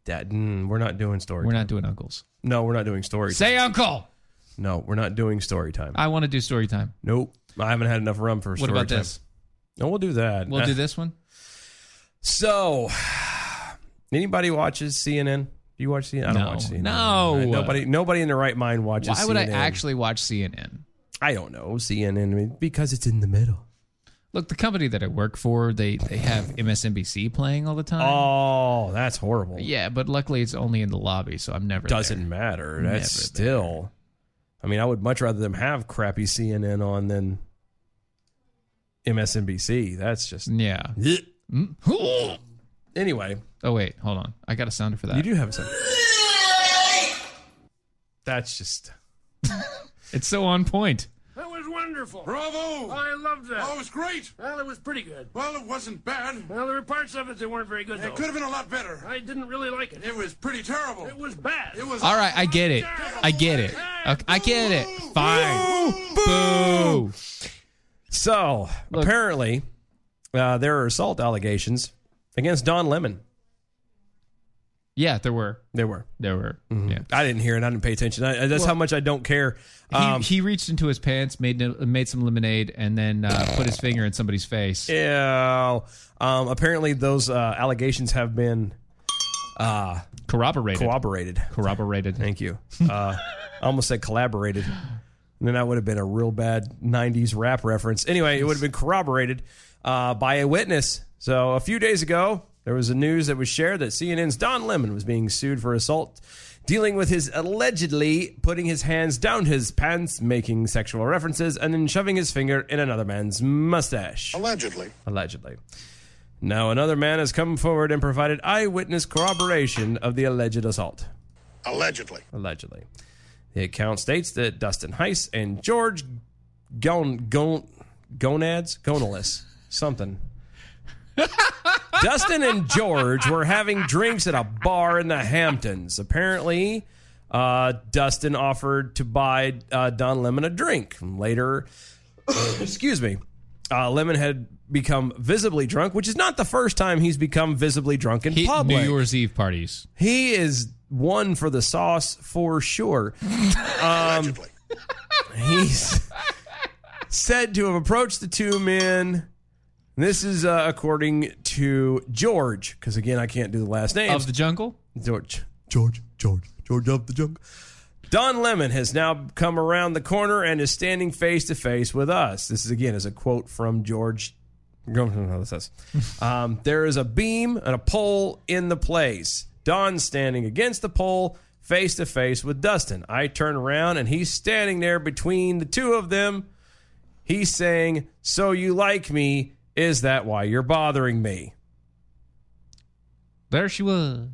that, mm, we're not doing story We're time. not doing uncles. no, we're not doing story Say uncle. time. No, we're not doing story time. I want to do story time. nope. I haven't had enough rum for What story about time. this? No, we'll do that. We'll Uh, do this one. So, anybody watches CNN? Do you watch CNN? I don't No. watch CNN. No. Uh, Nobody, nobody in their right mind watches Why would I CNN. actually watch CNN? I don't know. CNN, I mean, because it's in the middle. Look, the company that I work for, they they have MSNBC playing all the time. Oh, that's horrible. Yeah, but luckily it's only in the lobby, so I'm never Doesn't matter. That's Never still I mean, I would much rather them have crappy CNN on than MSNBC. That's just yeah. Anyway, Oh wait, hold on. I got a sounder for that. You do have a sounder. That's just. it's so on point. That was wonderful. Bravo! I loved that. Oh, it was great. Well, it was pretty good. Well, it wasn't bad. Well, there were parts of it that weren't very good. It could have been a lot better. I didn't really like it. It was pretty terrible. It was bad. It was All right, I get it. I get it. Okay, I get it. Fine. Boo! So apparently, uh, there are assault allegations against Don Lemon. Yeah, there were. There were. There were. Yeah. I didn't hear it. I didn't pay attention. I, that's Well- how much I don't care. He, um, he reached into his pants, made made some lemonade, and then uh, put his finger in somebody's face. Yeah. Um, apparently, those uh, allegations have been uh, corroborated. Corroborated. Corroborated. Thank you. Uh, I almost said collaborated. And then that would have been a real bad 90s rap reference. Anyway, it would have been corroborated uh, by a witness. So a few days ago, there was a news that was shared that CNN's Don Lemon was being sued for assault, dealing with his allegedly putting his hands down his pants, making sexual references, and then shoving his finger in another man's mustache. Allegedly. Allegedly. Now, another man has come forward and provided eyewitness corroboration of the alleged assault. Allegedly. Allegedly. The account states that Dustin Heiss and George Gon- Gon- Gonads? Gonalis. Something. Dustin and George were having drinks at a bar in the Hamptons. Apparently, uh, Dustin offered to buy uh, Don Lemon a drink. Later, excuse me, uh, Lemon had become visibly drunk, which is not the first time he's become visibly drunk in public. New Year's Eve parties. He is one for the sauce for sure. Um, he's said to have approached the two men. This is uh, according to George, because again, I can't do the last name Of the jungle? George, George, George, George of the jungle. Don Lemon has now come around the corner and is standing face to face with us. This is again is a quote from George. No, no, no, this is- Um, there is a beam and a pole in the place. Don standing against the pole, face to face with Dustin. I turn around and he's standing there between the two of them. He's saying, "So you like me? Is that why you're bothering me?" There she was.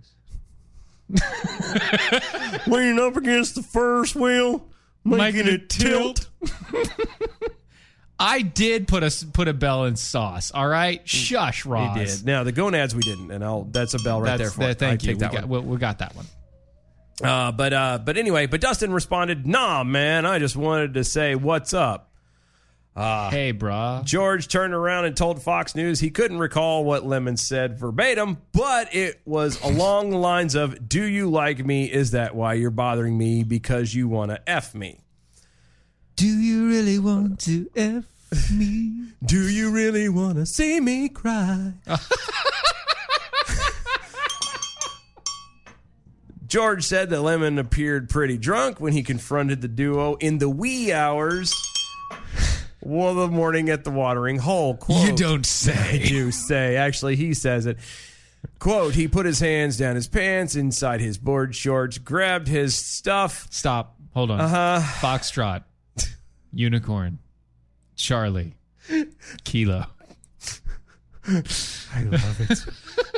Leaning up against the first wheel, making it tilt. I did put a s- put a bell in sauce. All right, shush, Ross. He did. Now the gonads we didn't, and I'll that's a bell right That's- there for that- it. Thank I you. Take that we, one. got, we, we got that one. Uh, but uh, but anyway, but Dustin responded, "Nah, man, I just wanted to say what's up." Uh, hey, bruh. George turned around and told Fox News he couldn't recall what Lemon said verbatim, but it was along the lines of, "Do you like me? Is that why you're bothering me? Because you want to f me? Do you really want to f me? Do you really want to see me cry?" George said that Lemon appeared pretty drunk when he confronted the duo in the wee hours of the morning at the watering hole. Quote, you don't say. You say. Actually, he says it. Quote, he put his hands down his pants, inside his board shorts, grabbed his stuff. Stop. Hold on. Uh-huh. Foxtrot, unicorn, Charlie, Kilo. I love it.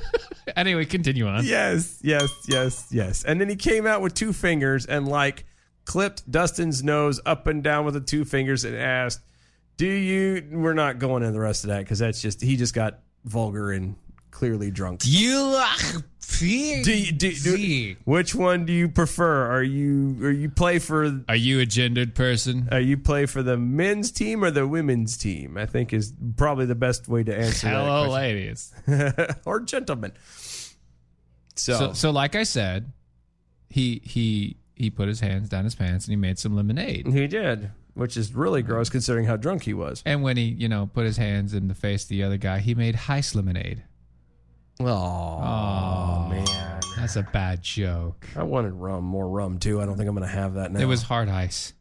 anyway, continue on. Yes, yes, yes, yes. And then he came out with two fingers and like clipped Dustin's nose up and down with the two fingers and asked, "Do you?" We're not going into the rest of that because that's just he just got vulgar and clearly drunk. You do, you- do, do which one do you prefer? Are you are you play for? Are you a gendered person? Are you play for the men's team or the women's team? I think is probably the best way to answer Hello, that. ladies. Hello, ladies or gentlemen. So, so, so like I said, he he he put his hands down his pants and he made some lemonade. He did, which is really gross considering how drunk he was. And when he, you know, put his hands in the face of the other guy, he made heist lemonade. Oh, man, that's a bad joke. I wanted rum, more rum too. I don't think I'm going to have that now. It was hard ice.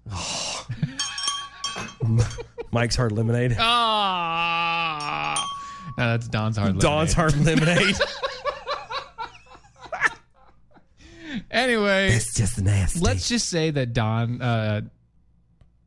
Mike's hard lemonade. Ah, no, that's Don's hard lemonade. Don's hard lemonade. anyway, it's just nasty. Let's just say that Don uh,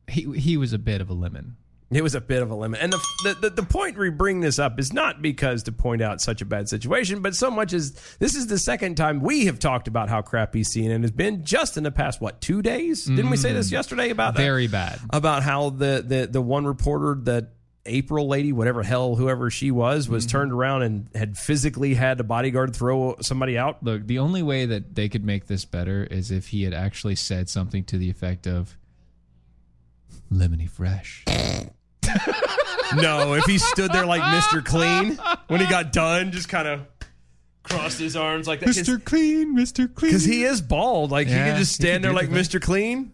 he he was a bit of a lemon. It was a bit of a lemon. And the, the, the, the point we bring this up is not because to point out such a bad situation, but so much as this is the second time we have talked about how crappy CNN has been just in the past, what, two days? Didn't we say this Mm. yesterday about that? Very bad. About how the, the, the one reporter, that April lady, whatever hell, whoever she was, Mm-hmm. was turned around and had physically had a bodyguard throw somebody out. Look, the only way that they could make this better is if he had actually said something to the effect of "lemony fresh." no, if he stood there like Mr. Clean when he got done, just kind of crossed his arms like that. 'Cause- Mr. Clean, Mr. Clean. Because he is bald. Like he Yeah, can just he could stand there do like that. Mr. Clean.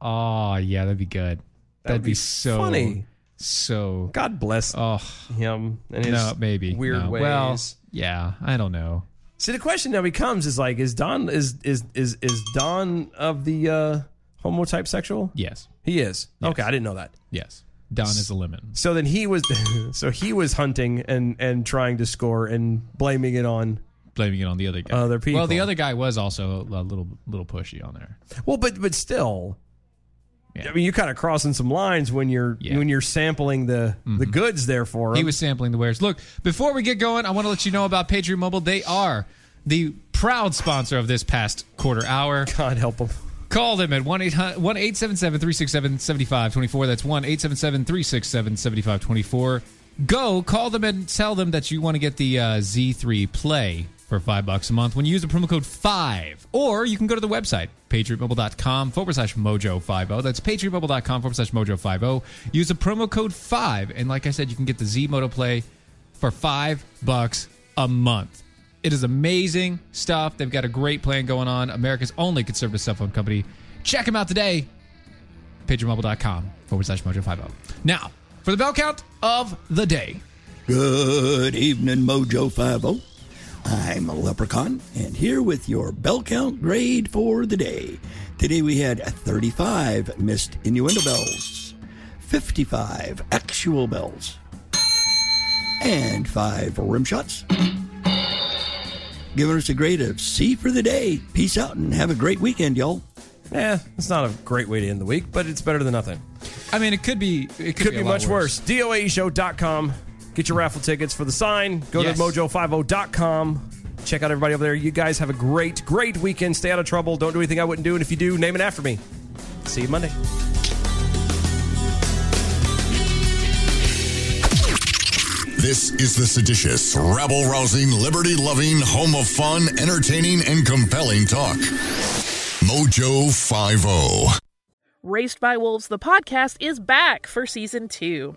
Oh yeah, that'd be good. That'd, be, so funny. So God bless oh, him and his no, maybe weird no. ways. Well, yeah, I don't know. See, the question now becomes is like, is Don is is is is Don of the uh homotype sexual? Yes. He is. Okay, I didn't know that. Yes. Don is a lemon. So then he was so he was hunting and and trying to score and blaming it on blaming it on the other guy. Other people. Well, the other guy was also a little little pushy on there. Well, but but still, I mean, you're kind of crossing some lines when you're when you're sampling the the goods there for him. Mm-hmm. He was sampling the wares. Look, before we get going, I want to let you know about Patriot Mobile. They are the proud sponsor of this past quarter hour. God help them. Call them at 1 877 367 7524. That's 1 877 367 7524. Go call them and tell them that you want to get the uh, Z3 Play for five bucks a month when you use the promo code 5. Or you can go to the website, patriotmobile.com forward slash mojo50. That's patriotmobile.com forward slash mojo50. Use the promo code 5. And like I said, you can get the Z Moto Play for five bucks a month. It is amazing stuff. They've got a great plan going on. America's only conservative cell phone company. Check them out today. PatriotMobile.com forward slash mojo50. Now, for the bell count of the day. Good evening, Mojo 50. I'm a leprechaun, and here with your bell count grade for the day. Today we had 35 missed innuendo bells, 55 actual bells, and 5 rim shots. Giving us a grade of C for the day. Peace out and have a great weekend, y'all. Yeah, Eh, it's not a great way to end the week, but it's better than nothing. I mean, it could be it could, be, much worse. DOAEshow.com. Get your raffle tickets for the sign. Go Yes. to mojo50.com. Check out everybody over there. You guys have a great, great weekend. Stay out of trouble. Don't do anything I wouldn't do. And if you do, name it after me. See you Monday. This is the seditious, rabble rousing, liberty loving, home of fun, entertaining, and compelling talk. Mojo oh. 50. Raced by Wolves, the podcast, is back for season two.